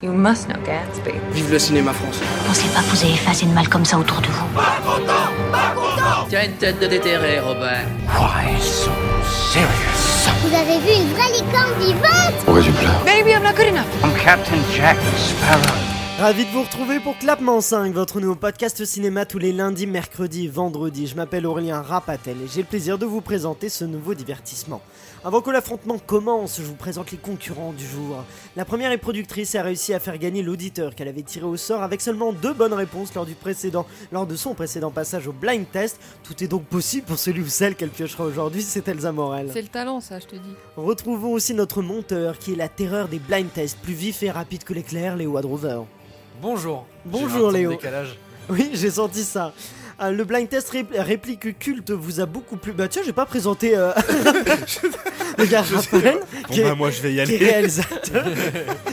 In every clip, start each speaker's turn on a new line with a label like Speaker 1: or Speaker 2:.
Speaker 1: You must know Gatsby.
Speaker 2: Vive le cinéma français.
Speaker 3: Pensez pas que vous avez effacé de mal comme ça autour de vous.
Speaker 4: Tu as une tête de déterré, Robert.
Speaker 5: Vous avez vu une vraie licorne vivante
Speaker 6: Pourquoi tu pleures
Speaker 1: Maybe I'm not good enough.
Speaker 7: Ravi de vous retrouver pour Clapement 5, votre nouveau podcast cinéma tous les lundis, mercredis et vendredis. Je m'appelle Aurélien Rapatel et j'ai le plaisir de vous présenter ce nouveau divertissement. Avant que l'affrontement commence, je vous présente les concurrents du jour. La première est productrice et a réussi à faire gagner l'auditeur qu'elle avait tiré au sort avec seulement deux bonnes réponses lors, du précédent, lors de son précédent passage au blind test. Tout est donc possible pour celui ou celle qu'elle piochera aujourd'hui, c'est Elsa Morel.
Speaker 8: C'est le talent, ça, je te dis.
Speaker 7: Retrouvons aussi notre monteur qui est la terreur des blind tests, plus vif et rapide que l'éclair, Léo Adrover.
Speaker 9: Bonjour.
Speaker 7: Bonjour,
Speaker 9: J'ai eu un temps de
Speaker 7: Léo.
Speaker 9: décalage.
Speaker 7: Oui, j'ai senti ça. Euh, le blind test rép- réplique culte vous a beaucoup plu. Bah tiens, j'ai pas présenté euh, le gars Raphaël, qui, est-
Speaker 10: bah, moi je vais y
Speaker 7: qui est réalisateur.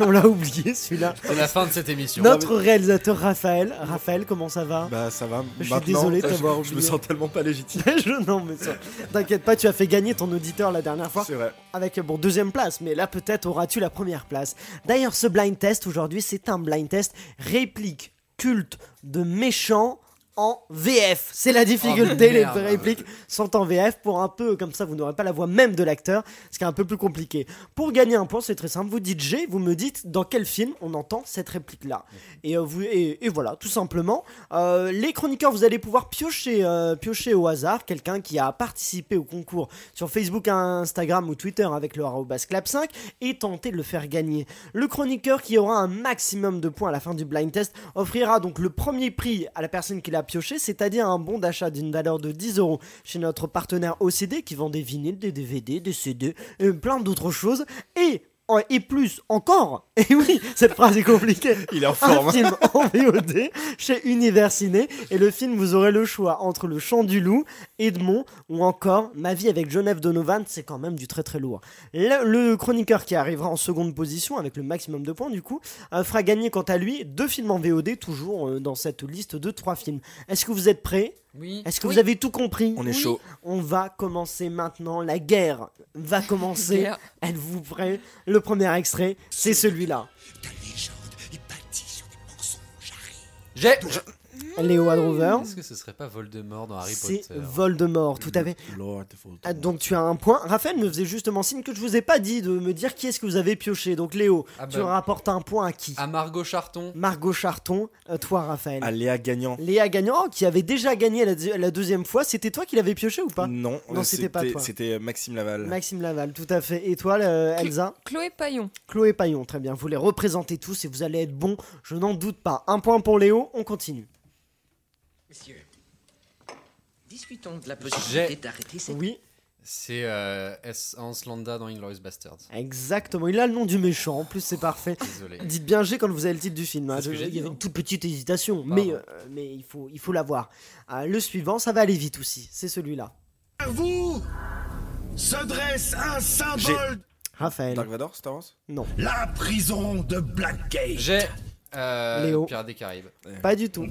Speaker 7: On l'a oublié celui-là.
Speaker 9: C'est la fin de cette émission.
Speaker 7: Notre réalisateur Raphaël. Raphaël, comment ça va
Speaker 10: Bah ça va.
Speaker 7: Je suis
Speaker 10: maintenant,
Speaker 7: désolé de
Speaker 10: je-
Speaker 7: t'avoir
Speaker 10: Je, me
Speaker 7: oublié.
Speaker 10: sens tellement pas légitime.
Speaker 7: Je non mais ça. T'inquiète pas, tu as fait gagner ton auditeur la dernière fois
Speaker 10: C'est vrai.
Speaker 7: avec bon deuxième place, mais là peut-être auras-tu la première place. D'ailleurs, ce blind test aujourd'hui, c'est un blind test réplique culte de méchants en VF. C'est la difficulté,
Speaker 9: Oh,
Speaker 7: les
Speaker 9: merde.
Speaker 7: répliques sont en VF pour un peu comme ça, vous n'aurez pas la voix même de l'acteur, ce qui est un peu plus compliqué. Pour gagner un point, c'est très simple. Vous dites G, vous me dites dans quel film on entend cette réplique-là. Et, euh, vous- et, et voilà, tout simplement. Euh, les chroniqueurs, vous allez pouvoir piocher, euh, piocher au hasard quelqu'un qui a participé au concours sur Facebook, Instagram ou Twitter avec le arrobas clap5 et tenter de le faire gagner. Le chroniqueur qui aura un maximum de points à la fin du blind test offrira donc le premier prix à la personne qui l'a pioché, c'est-à-dire un bon d'achat d'une valeur de 10 euros chez notre partenaire OCD qui vend des vinyles, des DVD, des CD et plein d'autres choses. Et, en- et plus encore, et oui, cette phrase est compliquée
Speaker 10: Il est en
Speaker 7: un
Speaker 10: forme.
Speaker 7: film en VOD chez Univers Ciné et le film vous aurez le choix entre Le Chant du Loup, Edmond ou encore Ma vie avec Genève Donovan, c'est quand même du très très lourd. Le, le chroniqueur qui arrivera en seconde position avec le maximum de points du coup euh, fera gagner quant à lui deux films en VOD toujours euh, dans cette liste de trois films. Est-ce que vous êtes prêts
Speaker 9: Oui.
Speaker 7: Est-ce que vous avez tout compris
Speaker 10: On est
Speaker 7: Oui.
Speaker 10: chaud.
Speaker 7: On va commencer maintenant la guerre. Va commencer.
Speaker 8: Guerre.
Speaker 7: Êtes-vous prêts Le premier extrait, c'est celui-là.
Speaker 9: J'ai.
Speaker 7: Léo Adrover.
Speaker 9: Est-ce que ce serait pas Voldemort dans Harry Potter Mm.
Speaker 7: C'est Voldemort, tout à fait.
Speaker 10: Lord Voldemort.
Speaker 7: Ah, Donc tu as un point. Raphaël me faisait justement signe que je vous ai pas dit de me dire qui est-ce que vous avez pioché. Donc Léo,
Speaker 9: Ah
Speaker 7: tu
Speaker 9: bah. Ah
Speaker 7: rapportes un point à qui
Speaker 9: À Margot Charton.
Speaker 7: Margot Charton, euh, toi Raphaël.
Speaker 10: Ah, Léa Gagnant.
Speaker 7: Léa Gagnant, oh, qui avait déjà gagné la, deuxi- la deuxième fois, c'était toi qui l'avais pioché ou pas
Speaker 10: Non,
Speaker 7: Non,
Speaker 10: euh,
Speaker 7: c'était pas toi.
Speaker 10: C'était Maxime Laval.
Speaker 7: Maxime Laval, tout à fait. Et toi, euh, Elsa
Speaker 8: Chloé Paillon.
Speaker 7: Chloé Paillon, très bien. Vous les représentez tous et vous allez être bons, je n'en doute pas. Un point pour Léo, on continue.
Speaker 4: Messieurs, discutons de la possibilité d'arrêter cette...
Speaker 7: Oui,
Speaker 9: C'est euh, S. Hans Landa dans Inglourious Bastards.
Speaker 7: exactement. Il a le nom du méchant, en plus c'est parfait.
Speaker 9: Désolé.
Speaker 7: Dites bien G quand vous avez le titre du film. hein.
Speaker 9: C'est ce que
Speaker 7: Je-
Speaker 9: j'ai
Speaker 7: il y
Speaker 9: dit,
Speaker 7: avait
Speaker 9: non
Speaker 7: une toute petite hésitation, mais,
Speaker 9: Pardon.
Speaker 7: euh, mais il faut il faut l'avoir. Ah, le suivant, ça va aller vite aussi. C'est celui-là.
Speaker 11: vous se dresse un symbole,
Speaker 7: Raphaël.
Speaker 10: Dark Vador, Star Wars
Speaker 7: Non,
Speaker 11: la prison de Blackgate.
Speaker 9: J'ai. Euh,
Speaker 7: Léo.
Speaker 9: Pirates des Caraïbes.
Speaker 7: pas du tout.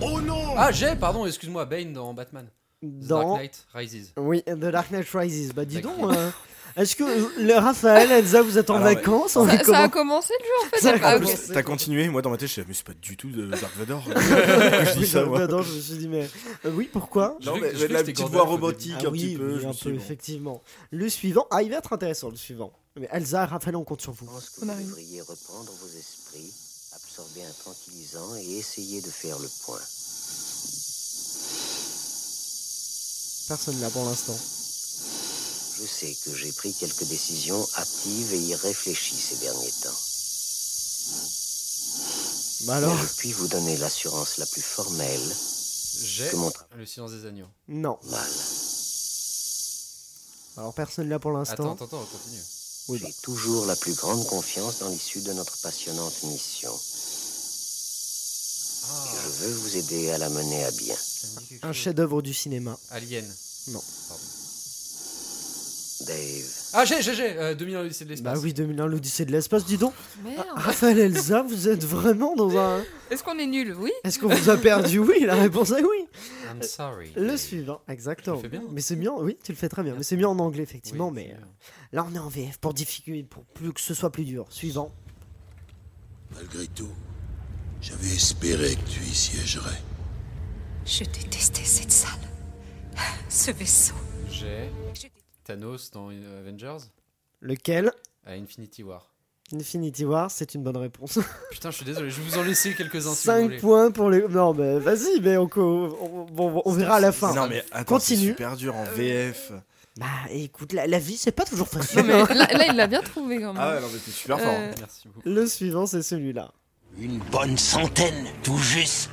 Speaker 11: Au nom
Speaker 9: Ah, j'ai, pardon, excuse-moi, Bane dans Batman. The
Speaker 7: Dans
Speaker 9: Dark Knight Rises.
Speaker 7: oui, The Dark Knight Rises. Bah dis
Speaker 9: D'accord.
Speaker 7: donc. euh, Est-ce que euh, le Raphaël, Elsa, vous êtes en
Speaker 10: Alors, mais-
Speaker 7: vacances on
Speaker 8: Ça,
Speaker 7: est
Speaker 8: ça
Speaker 7: comment
Speaker 8: a commencé le jeu en fait
Speaker 7: Ça a
Speaker 8: Ah,
Speaker 10: En
Speaker 8: ok.
Speaker 10: plus,
Speaker 7: ok.
Speaker 10: T'as continué, moi dans ma tête, je suis mais c'est pas du tout de Dark Vador. je dis ça, moi.
Speaker 7: Bah, non, je me suis dit mais euh, oui, pourquoi
Speaker 9: Je
Speaker 10: Non,
Speaker 9: veux-
Speaker 10: mais
Speaker 9: je
Speaker 10: j'ai
Speaker 9: veux
Speaker 10: de la
Speaker 9: que c'était Gandalf
Speaker 10: petite voix
Speaker 9: au début.
Speaker 10: robotique
Speaker 7: Ah
Speaker 10: un
Speaker 7: oui,
Speaker 10: petit peu.
Speaker 7: oui,
Speaker 10: je
Speaker 7: un
Speaker 10: me suis
Speaker 7: peu
Speaker 10: dit, bon.
Speaker 7: effectivement. Le suivant, ah, il va être intéressant le suivant. Mais Elsa, Raphaël, on compte sur vous.
Speaker 8: On arrive.
Speaker 3: devriez reprendre vos esprits, absorber un tranquillisant et essayer de faire le point.
Speaker 7: Personne là pour l'instant.
Speaker 3: Je sais que j'ai pris quelques décisions hâtives et y réfléchis ces derniers temps.
Speaker 7: Bah
Speaker 3: Mais
Speaker 7: alors
Speaker 3: je puis vous donner l'assurance la plus formelle
Speaker 9: J'ai.
Speaker 7: Eh.
Speaker 3: que mon travail
Speaker 9: Le silence des agneaux.
Speaker 7: Non. Alors personne là pour
Speaker 9: Attends,
Speaker 7: l'instant.
Speaker 9: attends, attends, on continue.
Speaker 7: Oui, bah.
Speaker 3: J'ai toujours la plus grande confiance dans l'issue de notre passionnante mission.
Speaker 9: Ah,
Speaker 3: Je veux vous aider à la mener à bien.
Speaker 9: ça me dit quelque
Speaker 7: Un
Speaker 9: chose.
Speaker 7: chef-d'œuvre du cinéma.
Speaker 9: Alien.
Speaker 3: Dave,
Speaker 9: Ah, j'ai, j'ai, j'ai. euh, 2001 l'Odyssée de l'espace.
Speaker 7: Bah oui, 2001, l'Odyssée de l'espace, dis donc.
Speaker 8: Merde.
Speaker 7: Raphaël Elsa, vous êtes vraiment dans un.
Speaker 8: Est-ce qu'on est nul Oui.
Speaker 7: Est-ce qu'on vous a perdu Oui, la réponse est oui.
Speaker 9: I'm sorry.
Speaker 7: Le suivant, exactement.
Speaker 9: Tu le fais bien. hein
Speaker 7: Mais c'est mieux, oui, tu le fais très bien. Mais c'est mieux en anglais, effectivement.
Speaker 9: Oui,
Speaker 7: mais
Speaker 9: c'est
Speaker 7: euh, là, on est en VF pour difficulté, pour plus que ce soit plus dur. Suivant.
Speaker 11: Malgré tout, j'avais espéré que tu y siégerais.
Speaker 2: Je détestais cette salle. Ce vaisseau.
Speaker 9: J'ai Thanos dans euh, Avengers
Speaker 7: Lequel
Speaker 9: à Infinity War.
Speaker 7: Infinity War, c'est une bonne réponse.
Speaker 9: Putain, je suis désolé, je vais vous en laisser quelques-uns si vous
Speaker 7: 5
Speaker 9: voulez.
Speaker 7: points pour les. Non, mais vas-y, mais on, co- on- bon, on verra à la fin.
Speaker 10: Non, mais attends, c'est
Speaker 7: Continue.
Speaker 10: super dur en VF.
Speaker 8: Euh,
Speaker 7: Bah écoute, la, la vie, c'est pas toujours facile. hein.
Speaker 8: Non, mais là, là, il l'a bien trouvé quand même.
Speaker 10: Ah ouais, non, mais t'es super fort.
Speaker 8: Euh,
Speaker 9: Merci beaucoup.
Speaker 7: Le suivant, c'est celui-là.
Speaker 11: Une bonne centaine, tout juste.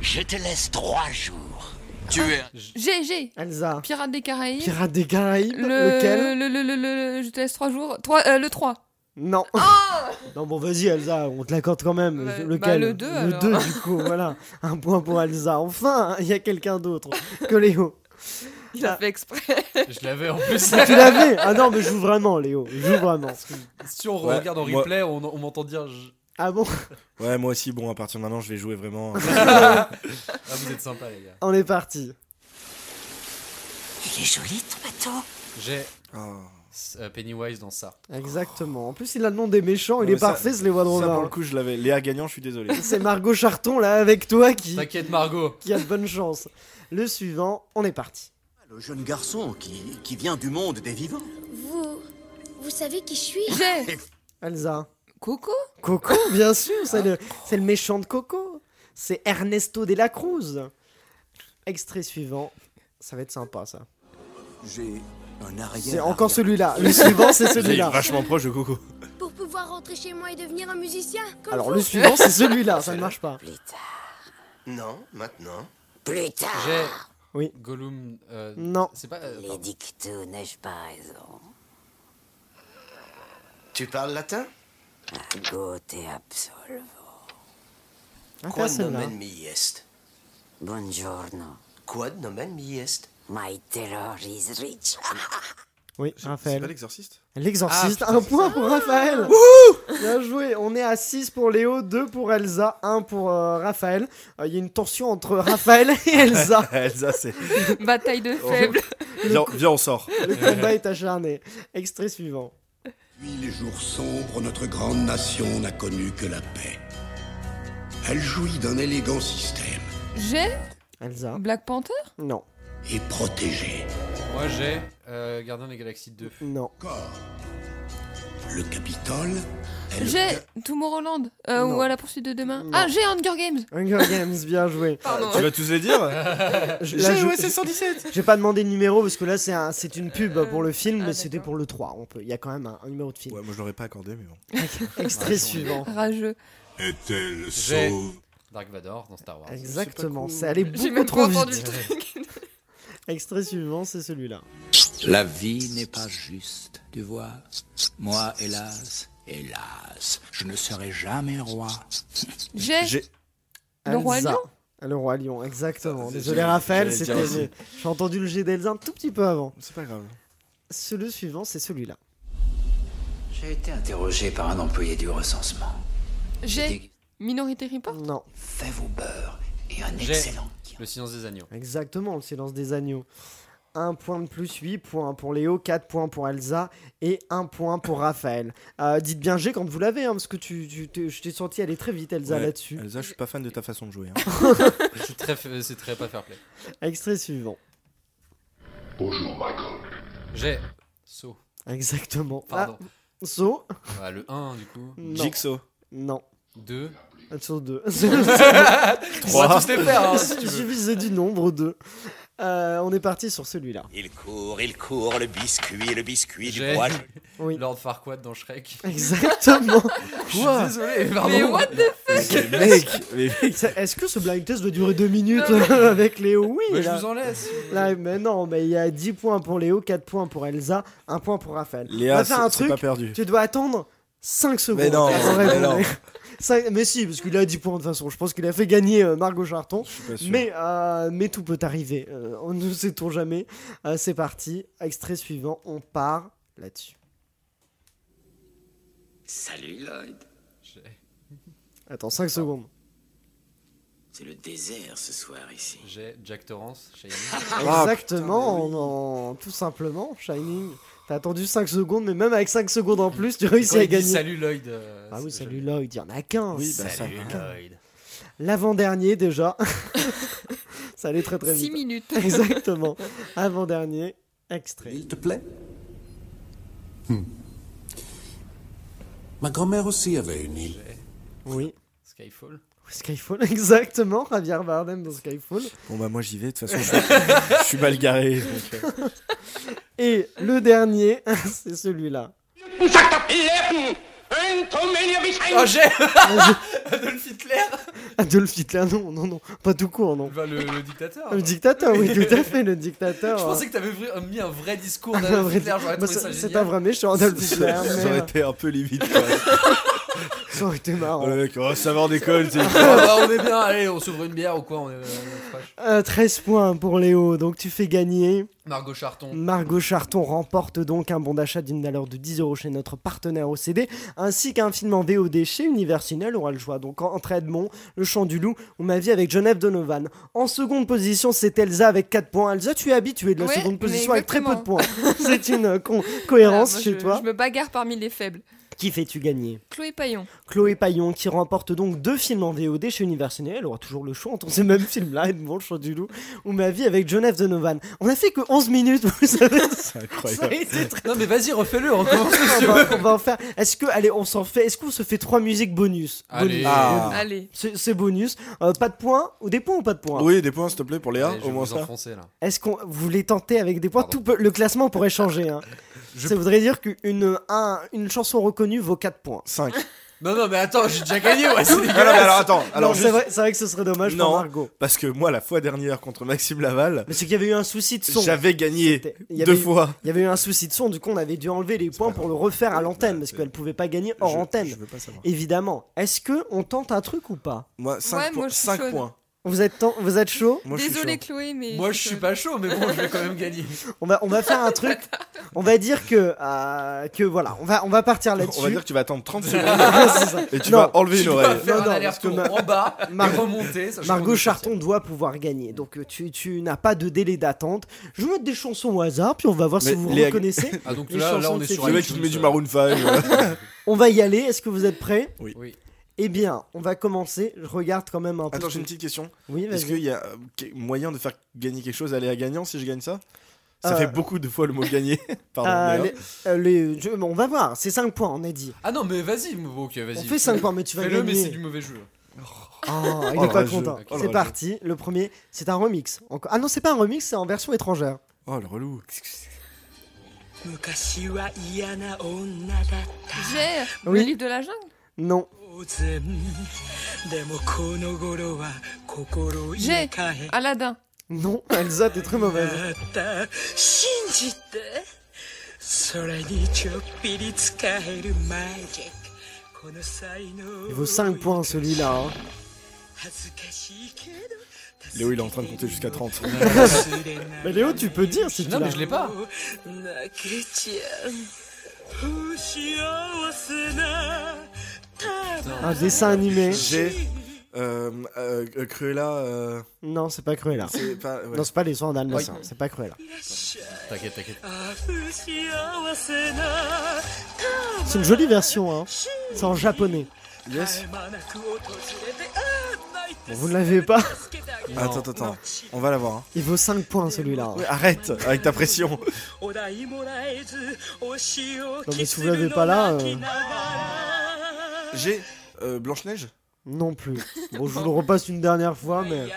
Speaker 11: Je te laisse trois jours. Tu es
Speaker 8: GG,
Speaker 7: Elsa.
Speaker 8: Pirates des Caraïbes.
Speaker 7: Pirate des Caraïbes.
Speaker 8: le,
Speaker 7: Lequel
Speaker 8: le, le, le, le- je te laisse 3 jours. Trois- euh, le 3.
Speaker 7: Non. non, bon, vas-y, Elsa, on te l'accorde quand même.
Speaker 8: Oh Bah,
Speaker 7: Lequel
Speaker 8: bah, le deux,
Speaker 7: Le
Speaker 8: alors.
Speaker 7: 2, du coup, voilà. Un point pour Elsa. Enfin, il y a quelqu'un d'autre que Léo.
Speaker 8: Il a fait exprès.
Speaker 9: Je l'avais en plus.
Speaker 7: Tu l'avais Ah non, mais joue vraiment, Léo. Joue vraiment.
Speaker 9: Si on
Speaker 10: Ouais,
Speaker 9: regarde en
Speaker 10: moi-
Speaker 9: replay, on, on m'entend dire je-
Speaker 7: Ah bon
Speaker 10: Ouais, moi aussi, bon, à partir de maintenant, je vais jouer vraiment.
Speaker 9: Ah, vous êtes sympas, les gars.
Speaker 7: On est parti.
Speaker 2: Il est joli ton bateau.
Speaker 9: J'ai
Speaker 10: Oh.
Speaker 9: euh, Pennywise dans ça.
Speaker 7: Exactement. En plus, il a le nom des méchants. Il
Speaker 10: Non,
Speaker 7: est
Speaker 10: mais ça-
Speaker 7: parfait, ce Léo de
Speaker 10: Ça, pour
Speaker 7: Romain.
Speaker 10: le coup, je l'avais. Léa Gagnant, je suis désolé.
Speaker 7: C'est Margot Charton, là, avec toi, qui,
Speaker 9: T'inquiète, Margot.
Speaker 7: qui a de bonnes chances. Le suivant, on est parti.
Speaker 11: Ah, le jeune garçon qui, qui vient du monde des vivants.
Speaker 5: Vous. Vous savez qui je suis
Speaker 8: J'ai
Speaker 7: Elsa.
Speaker 8: Coco
Speaker 7: Coco, bien sûr, c'est le, c'est le méchant de Coco. C'est Ernesto de la Cruz. Extrait suivant. Ça va être sympa, ça.
Speaker 11: J'ai un
Speaker 7: C'est encore celui-là. Le suivant, c'est
Speaker 10: J'ai
Speaker 7: celui-là.
Speaker 10: vachement proche de Coco.
Speaker 5: Pour pouvoir rentrer chez moi et devenir un musicien comme
Speaker 7: Alors,
Speaker 5: vous.
Speaker 7: le suivant, c'est celui-là. Ça ne marche pas.
Speaker 3: Non, maintenant.
Speaker 2: Plus tard.
Speaker 9: J'ai
Speaker 7: Oui.
Speaker 9: Gollum. euh,
Speaker 7: Non.
Speaker 9: C'est pas. euh,
Speaker 2: Les dictos, n'ai-je pas raison
Speaker 3: Tu parles latin
Speaker 2: Go te absolvo.
Speaker 7: Ah, t'as
Speaker 3: Quod
Speaker 7: celle-là.
Speaker 3: nomen mi est
Speaker 2: Buongiorno.
Speaker 3: Quod nomen mi est
Speaker 2: My terror is rich.
Speaker 7: Oui,
Speaker 10: C'est pas
Speaker 7: Raphaël.
Speaker 10: l'exorciste
Speaker 7: L'exorciste.
Speaker 9: Ah,
Speaker 7: un point pour Raphaël. bien joué. On est à 6 pour Léo, 2 pour Elsa, 1 pour euh, Raphaël. Euh, Il y a une tension entre Raphaël et Elsa.
Speaker 10: Elsa, c'est.
Speaker 8: Bataille de faibles.
Speaker 10: Viens, viens, on sort.
Speaker 7: Le combat est acharné. Extrait suivant.
Speaker 11: Depuis les jours sombres, notre grande nation n'a connu que la paix. Elle jouit d'un élégant système
Speaker 8: J'ai
Speaker 7: Elsa.
Speaker 8: Black Panther
Speaker 7: Non.
Speaker 11: et protégée.
Speaker 9: Moi, j'ai euh, Gardien des Galaxies 2.
Speaker 7: Non.
Speaker 11: Corps. Le Capitole est le
Speaker 8: J'ai Tomorrowland euh,
Speaker 7: Non.
Speaker 8: ou à la poursuite de demain
Speaker 7: Non.
Speaker 8: Ah, j'ai Hunger Games
Speaker 7: Hunger Games, bien joué.
Speaker 8: Pardon.
Speaker 10: Tu vas tous les dire
Speaker 7: Je- là,
Speaker 10: J'ai
Speaker 7: je-
Speaker 10: ouais, c'est 117
Speaker 7: J'ai pas demandé le numéro parce que là c'est un- c'est une pub pour le film,
Speaker 8: ah,
Speaker 7: mais c'était
Speaker 8: d'accord.
Speaker 7: pour le 3. On peut, il y a quand même un, un numéro de film.
Speaker 10: Ouais, moi je l'aurais pas accordé, mais bon.
Speaker 7: Extrait suivant.
Speaker 8: Rageux.
Speaker 11: Est-elle
Speaker 9: J'ai-
Speaker 11: sauve
Speaker 9: Dark Vador dans Star Wars.
Speaker 7: Exactement, c'est allé
Speaker 8: J'ai
Speaker 7: beaucoup
Speaker 8: même pas
Speaker 7: trop
Speaker 8: entendu le
Speaker 7: vite.
Speaker 8: truc.
Speaker 7: Extrait suivant, c'est celui-là.
Speaker 6: La vie n'est pas juste, tu vois. Moi, hélas, hélas, je ne serai jamais roi.
Speaker 8: J'ai
Speaker 10: J'ai-
Speaker 8: Le Roi
Speaker 7: Elsa.
Speaker 8: Lion
Speaker 7: Le roi lion, exactement.
Speaker 10: Ça,
Speaker 7: Désolé
Speaker 10: j'allais-
Speaker 7: Raphaël,
Speaker 10: j'allais
Speaker 7: c'était.
Speaker 10: dire aussi.
Speaker 7: J'ai entendu le G d'Elsa un tout petit peu avant.
Speaker 10: C'est pas grave.
Speaker 7: Ce- Le suivant, c'est celui-là.
Speaker 6: J'ai été interrogé par un employé du recensement.
Speaker 8: J'ai Minorité Report
Speaker 7: Non,
Speaker 6: Fève au beurre et un
Speaker 9: J'ai-
Speaker 6: excellent.
Speaker 9: Le Silence des Agneaux.
Speaker 7: exactement, le silence des agneaux. Un point de plus, 8 points pour Léo, 4 points pour Elsa et 1 point pour Raphaël. Euh, dites bien G quand vous l'avez, hein, parce que tu, tu- t'es- je t'ai senti aller très vite, Elsa,
Speaker 10: Ouais.
Speaker 7: là-dessus.
Speaker 10: Elsa, je suis pas fan de ta façon de jouer. hein.
Speaker 9: Je suis très f- C'est très pas fair play.
Speaker 7: Extrait suivant.
Speaker 11: Bonjour, Michael.
Speaker 9: J'ai Saw.
Speaker 10: Ah.
Speaker 7: Exactement.
Speaker 9: Pardon.
Speaker 7: Ah, saut
Speaker 9: Bah, le 1 du coup.
Speaker 7: Non.
Speaker 10: Jigsaw.
Speaker 7: Non.
Speaker 9: 2.
Speaker 7: Sur 2.
Speaker 9: On va tous les faire hein, si tu
Speaker 7: Il
Speaker 9: veux.
Speaker 7: suffisait du nombre 2. on est parti sur celui-là.
Speaker 11: Il court, il court, le biscuit, le biscuit
Speaker 9: J'ai
Speaker 7: Oui.
Speaker 9: Lord Farquaad dans Shrek.
Speaker 7: Exactement.
Speaker 9: Je suis désolé, pardon.
Speaker 8: Mais what the
Speaker 10: Les mecs, les mecs.
Speaker 7: Ça- Est-ce que ce blind test doit durer 2 minutes avec Léo Oui.
Speaker 9: Bah, je
Speaker 7: là.
Speaker 9: vous en laisse.
Speaker 7: Là, mais non, mais il y a 10 points pour Léo, 4 points pour Elsa, 1 point pour Raphaël. On
Speaker 10: Léa,
Speaker 7: va faire un
Speaker 10: c'est c'est
Speaker 7: truc,
Speaker 10: pas perdu.
Speaker 7: tu dois attendre 5 secondes.
Speaker 10: Mais non,
Speaker 7: pour
Speaker 10: mais
Speaker 7: répondre.
Speaker 10: non.
Speaker 7: Cinq- mais si, parce qu'il a 10 points de toute façon. Je pense qu'il a fait gagner euh, Margot Charton.
Speaker 10: Je suis pas sûr.
Speaker 7: Mais, euh, mais tout peut arriver, euh, on ne sait-on jamais. Euh, c'est parti, extrait suivant, on part là-dessus.
Speaker 6: Salut Lloyd.
Speaker 9: J'ai-
Speaker 7: Attends, 5 secondes.
Speaker 6: C'est le désert ce soir ici.
Speaker 9: J'ai Jack Torrance. Shining.
Speaker 10: Ah,
Speaker 7: Exactement,
Speaker 10: putain, mais oui.
Speaker 7: en- en- tout simplement, Shining. T'as attendu 5 secondes, mais même avec 5 secondes en plus, tu réussis à
Speaker 9: il dit
Speaker 7: gagner.
Speaker 9: salut Lloyd, euh,
Speaker 7: ah oui,
Speaker 9: c'est
Speaker 7: salut Lloyd, il y en a 15.
Speaker 9: Oui, bah, Salut ça va. Lloyd.
Speaker 7: L'avant-dernier déjà. ça allait très très vite.
Speaker 8: Six minutes.
Speaker 7: Exactement. Avant-dernier, extrait.
Speaker 12: Il te plaît Hmm. Ma grand-mère aussi avait une île.
Speaker 7: Oui.
Speaker 9: Skyfall.
Speaker 7: Skyfall, exactement. Javier Bardem dans Skyfall.
Speaker 10: Bon bah moi j'y vais, de toute façon je, je suis mal garé. donc, euh.
Speaker 7: Et le dernier, c'est celui-là.
Speaker 8: Ah,
Speaker 9: Oh, j'ai Adolf Hitler
Speaker 7: Adolf Hitler, non, non, non, pas tout court, non.
Speaker 9: Bah, le, le dictateur.
Speaker 7: Le dictateur, hein. oui, tout à fait, le dictateur.
Speaker 9: Je pensais que t'avais vri- euh, mis un vrai discours d'Adolf Hitler, j'aurais trouvé
Speaker 7: Bah,
Speaker 9: ça
Speaker 7: c'est-
Speaker 9: génial.
Speaker 7: C'est un vrai méchant, Adolf Hitler. mais,
Speaker 10: J'aurais
Speaker 7: euh,
Speaker 10: été un peu limite. Quoi.
Speaker 7: Ça aurait été marrant.
Speaker 10: Le mec, oh, ça va en école, tu sais.
Speaker 9: Ah, bah, on est bien, allez, on s'ouvre une bière ou quoi on est, on est fraîche.
Speaker 7: Euh, 13 points pour Léo, donc tu fais gagner.
Speaker 9: Margot Charton.
Speaker 7: Margot Charton remporte donc un bon d'achat d'une valeur de 10 euros chez notre partenaire OCD, ainsi qu'un film en VOD chez Universal aura le choix. Donc Entre Edmond, Le Chant du Loup ou Ma vie avec Genève Donovan. En seconde position, c'est Elsa avec 4 points. Elsa, tu es habituée de la
Speaker 8: Ouais,
Speaker 7: seconde
Speaker 8: mais
Speaker 7: position avec très peu de
Speaker 8: exactement.
Speaker 7: points. c'est une euh, con- cohérence
Speaker 8: Ah, moi,
Speaker 7: chez
Speaker 8: je-
Speaker 7: toi.
Speaker 8: Je me bagarre parmi les faibles.
Speaker 7: Qui fais-tu gagner
Speaker 8: Chloé Paillon.
Speaker 7: Chloé Paillon qui remporte donc deux films en VOD chez Universal. Elle aura toujours le choix entre ces mêmes films-là, Edmond, Le Chant du Loup ou Ma vie avec Genève Donovan. On a fait que 11 minutes, vous savez.
Speaker 10: C'est
Speaker 7: Ça a
Speaker 10: incroyable.
Speaker 7: été très
Speaker 9: Non, mais vas-y, refais-le, recommence.
Speaker 7: on va, Ah, bah, on va en faire. Est-ce que, allez, on s'en fait. Est-ce qu'on se fait trois musiques bonus
Speaker 9: Allez.
Speaker 7: Bonus.
Speaker 10: Ah.
Speaker 8: Allez.
Speaker 7: C'est c'est bonus. Euh, pas de points ou des points ou pas de points
Speaker 10: Oui, des points s'il te plaît pour Léa,
Speaker 9: Allez, je
Speaker 10: au
Speaker 9: vais
Speaker 10: moins
Speaker 9: vous
Speaker 10: ça.
Speaker 9: enfoncer là.
Speaker 7: Est-ce qu'on vous les tentez avec des points
Speaker 9: Pardon.
Speaker 7: Tout peut- le classement pourrait changer. hein. Ça voudrait dire qu'une un- une chanson reconnue vaut 4 points.
Speaker 10: 5.
Speaker 9: Non, non, mais attends, j'ai déjà gagné, ouais, c'est
Speaker 10: non, non, mais alors attends, alors
Speaker 7: non,
Speaker 10: juste-
Speaker 7: c'est vrai, c'est vrai que ce serait dommage
Speaker 10: Non.
Speaker 7: pour Margot.
Speaker 10: parce que moi la fois dernière contre Maxime Laval,
Speaker 7: Mais c'est qu'il y avait eu un souci de son.
Speaker 10: j'avais gagné
Speaker 7: C'était- il y
Speaker 10: deux
Speaker 7: avait eu-
Speaker 10: fois.
Speaker 7: Il y avait eu un souci de son, du coup on avait dû enlever les points pour le refaire à l'antenne parce qu'elle pouvait pas gagner hors
Speaker 10: Je-
Speaker 7: antenne.
Speaker 10: Je veux pas savoir.
Speaker 7: Évidemment. Est-ce que on tente un truc ou pas
Speaker 10: Moi 5
Speaker 8: moi,
Speaker 10: points.
Speaker 8: je suis
Speaker 10: cinq
Speaker 8: chaude.
Speaker 10: points.
Speaker 7: Vous êtes ten- vous êtes chaud
Speaker 10: Moi, je suis
Speaker 8: Désolé
Speaker 10: chaud.
Speaker 8: Chloé, mais.
Speaker 9: Moi, je suis pas chaud, mais bon, je vais quand même gagner.
Speaker 7: On va, on va faire un truc. On va dire que, euh, que voilà, on va, on va partir là-dessus.
Speaker 10: On va dire que tu vas attendre 30 secondes
Speaker 7: C'est ça.
Speaker 10: et tu
Speaker 7: Non.
Speaker 10: vas enlever une
Speaker 9: On va
Speaker 10: oreille.
Speaker 9: faire
Speaker 7: Non, non,
Speaker 9: un
Speaker 7: parce que
Speaker 9: aller-retour
Speaker 7: Mar-
Speaker 9: en bas
Speaker 7: Mar-
Speaker 9: et remonter. sachant qu'on
Speaker 7: Margot
Speaker 9: est
Speaker 7: Charton doit pouvoir gagner. Donc euh, tu, tu n'as pas de délai d'attente. Je vais mettre des chansons au hasard, puis on va voir si
Speaker 10: Mais
Speaker 7: vous
Speaker 10: les-
Speaker 7: reconnaissez.
Speaker 9: Ah, donc
Speaker 7: Les
Speaker 9: là, là,
Speaker 7: chansons
Speaker 9: on
Speaker 7: de
Speaker 9: est
Speaker 7: ces
Speaker 9: sur
Speaker 10: Le
Speaker 9: un
Speaker 10: mec qui met du Maroon 5. euh.
Speaker 7: On va y aller. Est-ce que vous êtes prêts
Speaker 9: Oui.
Speaker 7: Eh bien, on va commencer. Je regarde quand même un peu.
Speaker 10: Attends, j'ai une
Speaker 7: ce-
Speaker 10: petite question.
Speaker 7: Oui, vas-y.
Speaker 10: Est-ce qu'il y a euh, qu- moyen de faire gagner quelque chose, aller à gagnant si je gagne ça Ça
Speaker 7: Euh,
Speaker 10: fait beaucoup de fois le mot gagner. Pardon.
Speaker 7: Ah,
Speaker 10: d'ailleurs.
Speaker 7: les- euh, les- je- bon, on va voir. C'est 5 points, on a dit.
Speaker 9: Ah non, mais vas-y, m- ok, vas-y.
Speaker 7: On fait 5 points, mais tu vas
Speaker 9: Fais-le, mais c'est
Speaker 7: gagner.
Speaker 9: du mauvais jeu.
Speaker 7: Oh, il
Speaker 10: Oh,
Speaker 7: est
Speaker 10: le
Speaker 7: pas
Speaker 10: rageux.
Speaker 7: content.
Speaker 10: Oh, le
Speaker 7: C'est
Speaker 10: rageux.
Speaker 7: parti. Le premier, c'est un remix. Encore- Ah non, c'est pas un remix, c'est en version étrangère.
Speaker 10: Oh le relou.
Speaker 4: Ah.
Speaker 8: J'ai
Speaker 7: Oui.
Speaker 8: le livre de la jungle.
Speaker 7: Non.
Speaker 8: J'ai Aladdin.
Speaker 7: Non, Elsa, t'es très mauvaise. Il vaut 5 points celui-là. hein.
Speaker 10: Léo il est en train de compter jusqu'à Euh, 30.
Speaker 7: Mais Léo, tu peux dire si tu
Speaker 9: Non, mais
Speaker 7: l'as.
Speaker 9: je l'ai pas.
Speaker 7: Un dessin animé.
Speaker 10: J'ai euh, euh, euh, Cruella. euh,
Speaker 7: Non, c'est pas Cruella.
Speaker 10: c'est pas. ouais.
Speaker 7: Non, c'est pas les soins d'Alma,
Speaker 9: Oui.
Speaker 7: ça. c'est pas Cruella.
Speaker 9: T'inquiète, t'inquiète.
Speaker 7: C'est une jolie version, hein. C'est en japonais.
Speaker 10: Yes.
Speaker 7: Bon, vous ne l'avez pas
Speaker 10: Attends, attends, attends. On va l'avoir. hein.
Speaker 7: Il vaut 5 points celui-là. hein.
Speaker 10: Ouais, Arrête avec ta pression.
Speaker 7: Non, mais si vous l'avez pas là, euh,
Speaker 10: J'ai euh, Blanche Neige.
Speaker 7: non plus. Bon, je vous le repasse une dernière fois, mais.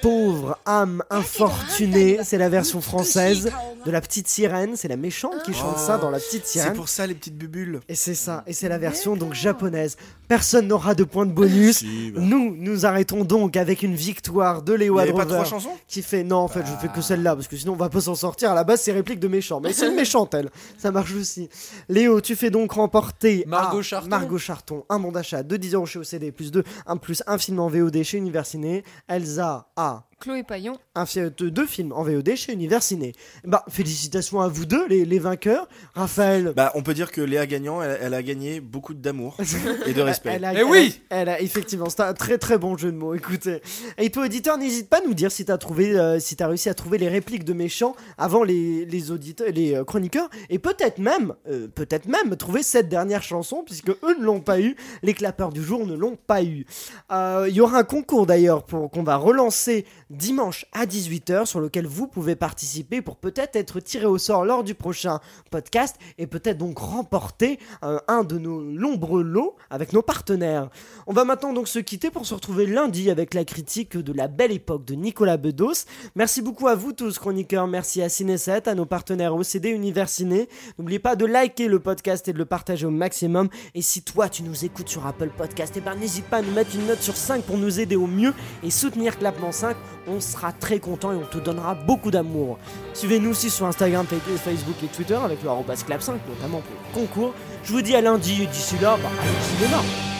Speaker 7: Pauvre âme infortunée, c'est la version française de la petite sirène. C'est la méchante qui chante ça dans la petite
Speaker 10: C'est
Speaker 7: sirène.
Speaker 10: pour ça les petites bubules.
Speaker 7: Et c'est ça, et c'est la version donc japonaise. Personne n'aura de points de bonus.
Speaker 10: Si, bah.
Speaker 7: Nous, nous arrêtons donc avec une victoire de
Speaker 10: Il
Speaker 7: Léo
Speaker 10: y avait pas
Speaker 7: Adrover,
Speaker 10: trois chansons
Speaker 7: qui fait non en fait je fais que celle-là parce que sinon on va pas s'en sortir. À la base c'est réplique de méchant, mais c'est une méchante elle. Ça marche aussi. Léo, tu fais donc remporter à
Speaker 9: Margot Charton.
Speaker 7: Margot Charton un bon d'achat de 10 euros chez OCD plus 2, un plus un film en VOD chez Universiné. Elsa a
Speaker 8: Chloé Paillon.
Speaker 7: un fi- de- deux films en VOD chez Univers Ciné. Bah, félicitations à vous deux, les, les vainqueurs. Raphaël.
Speaker 10: Bah, on peut dire que Léa Gagnant, elle, elle a gagné beaucoup d'amour et de respect.
Speaker 7: Elle a- elle a- Elle a, effectivement, c'est un très très bon jeu de mots, écoutez. Et toi, auditeur, n'hésite pas à nous dire si t'as trouvé, euh, si t'as réussi à trouver les répliques de méchants avant les, les auditeurs, les euh, chroniqueurs, et peut-être même, euh, peut-être même trouver cette dernière chanson, puisque eux ne l'ont pas eu, les clapeurs du jour ne l'ont pas eu. Euh, Il y aura un concours d'ailleurs pour qu'on va relancer dimanche à 18h, sur lequel vous pouvez participer pour peut-être être tiré au sort lors du prochain podcast et peut-être donc remporter euh, un de nos nombreux lots avec nos partenaires. On va maintenant donc se quitter pour se retrouver lundi avec la critique de la belle époque de Nicolas Bedos. Merci beaucoup à vous tous chroniqueurs, merci à Ciné7, à nos partenaires OCD Univers Ciné. N'oubliez pas de liker le podcast et de le partager au maximum. Et si toi tu nous écoutes sur Apple Podcast, eh ben n'hésite pas à nous mettre une note sur 5 pour nous aider au mieux et soutenir Clapement 5. On sera très content et on te donnera beaucoup d'amour. Suivez-nous aussi sur Instagram, Facebook et Twitter avec le arobase clap5 notamment pour le concours. Je vous dis à lundi et d'ici là, bah, allez au cinéma.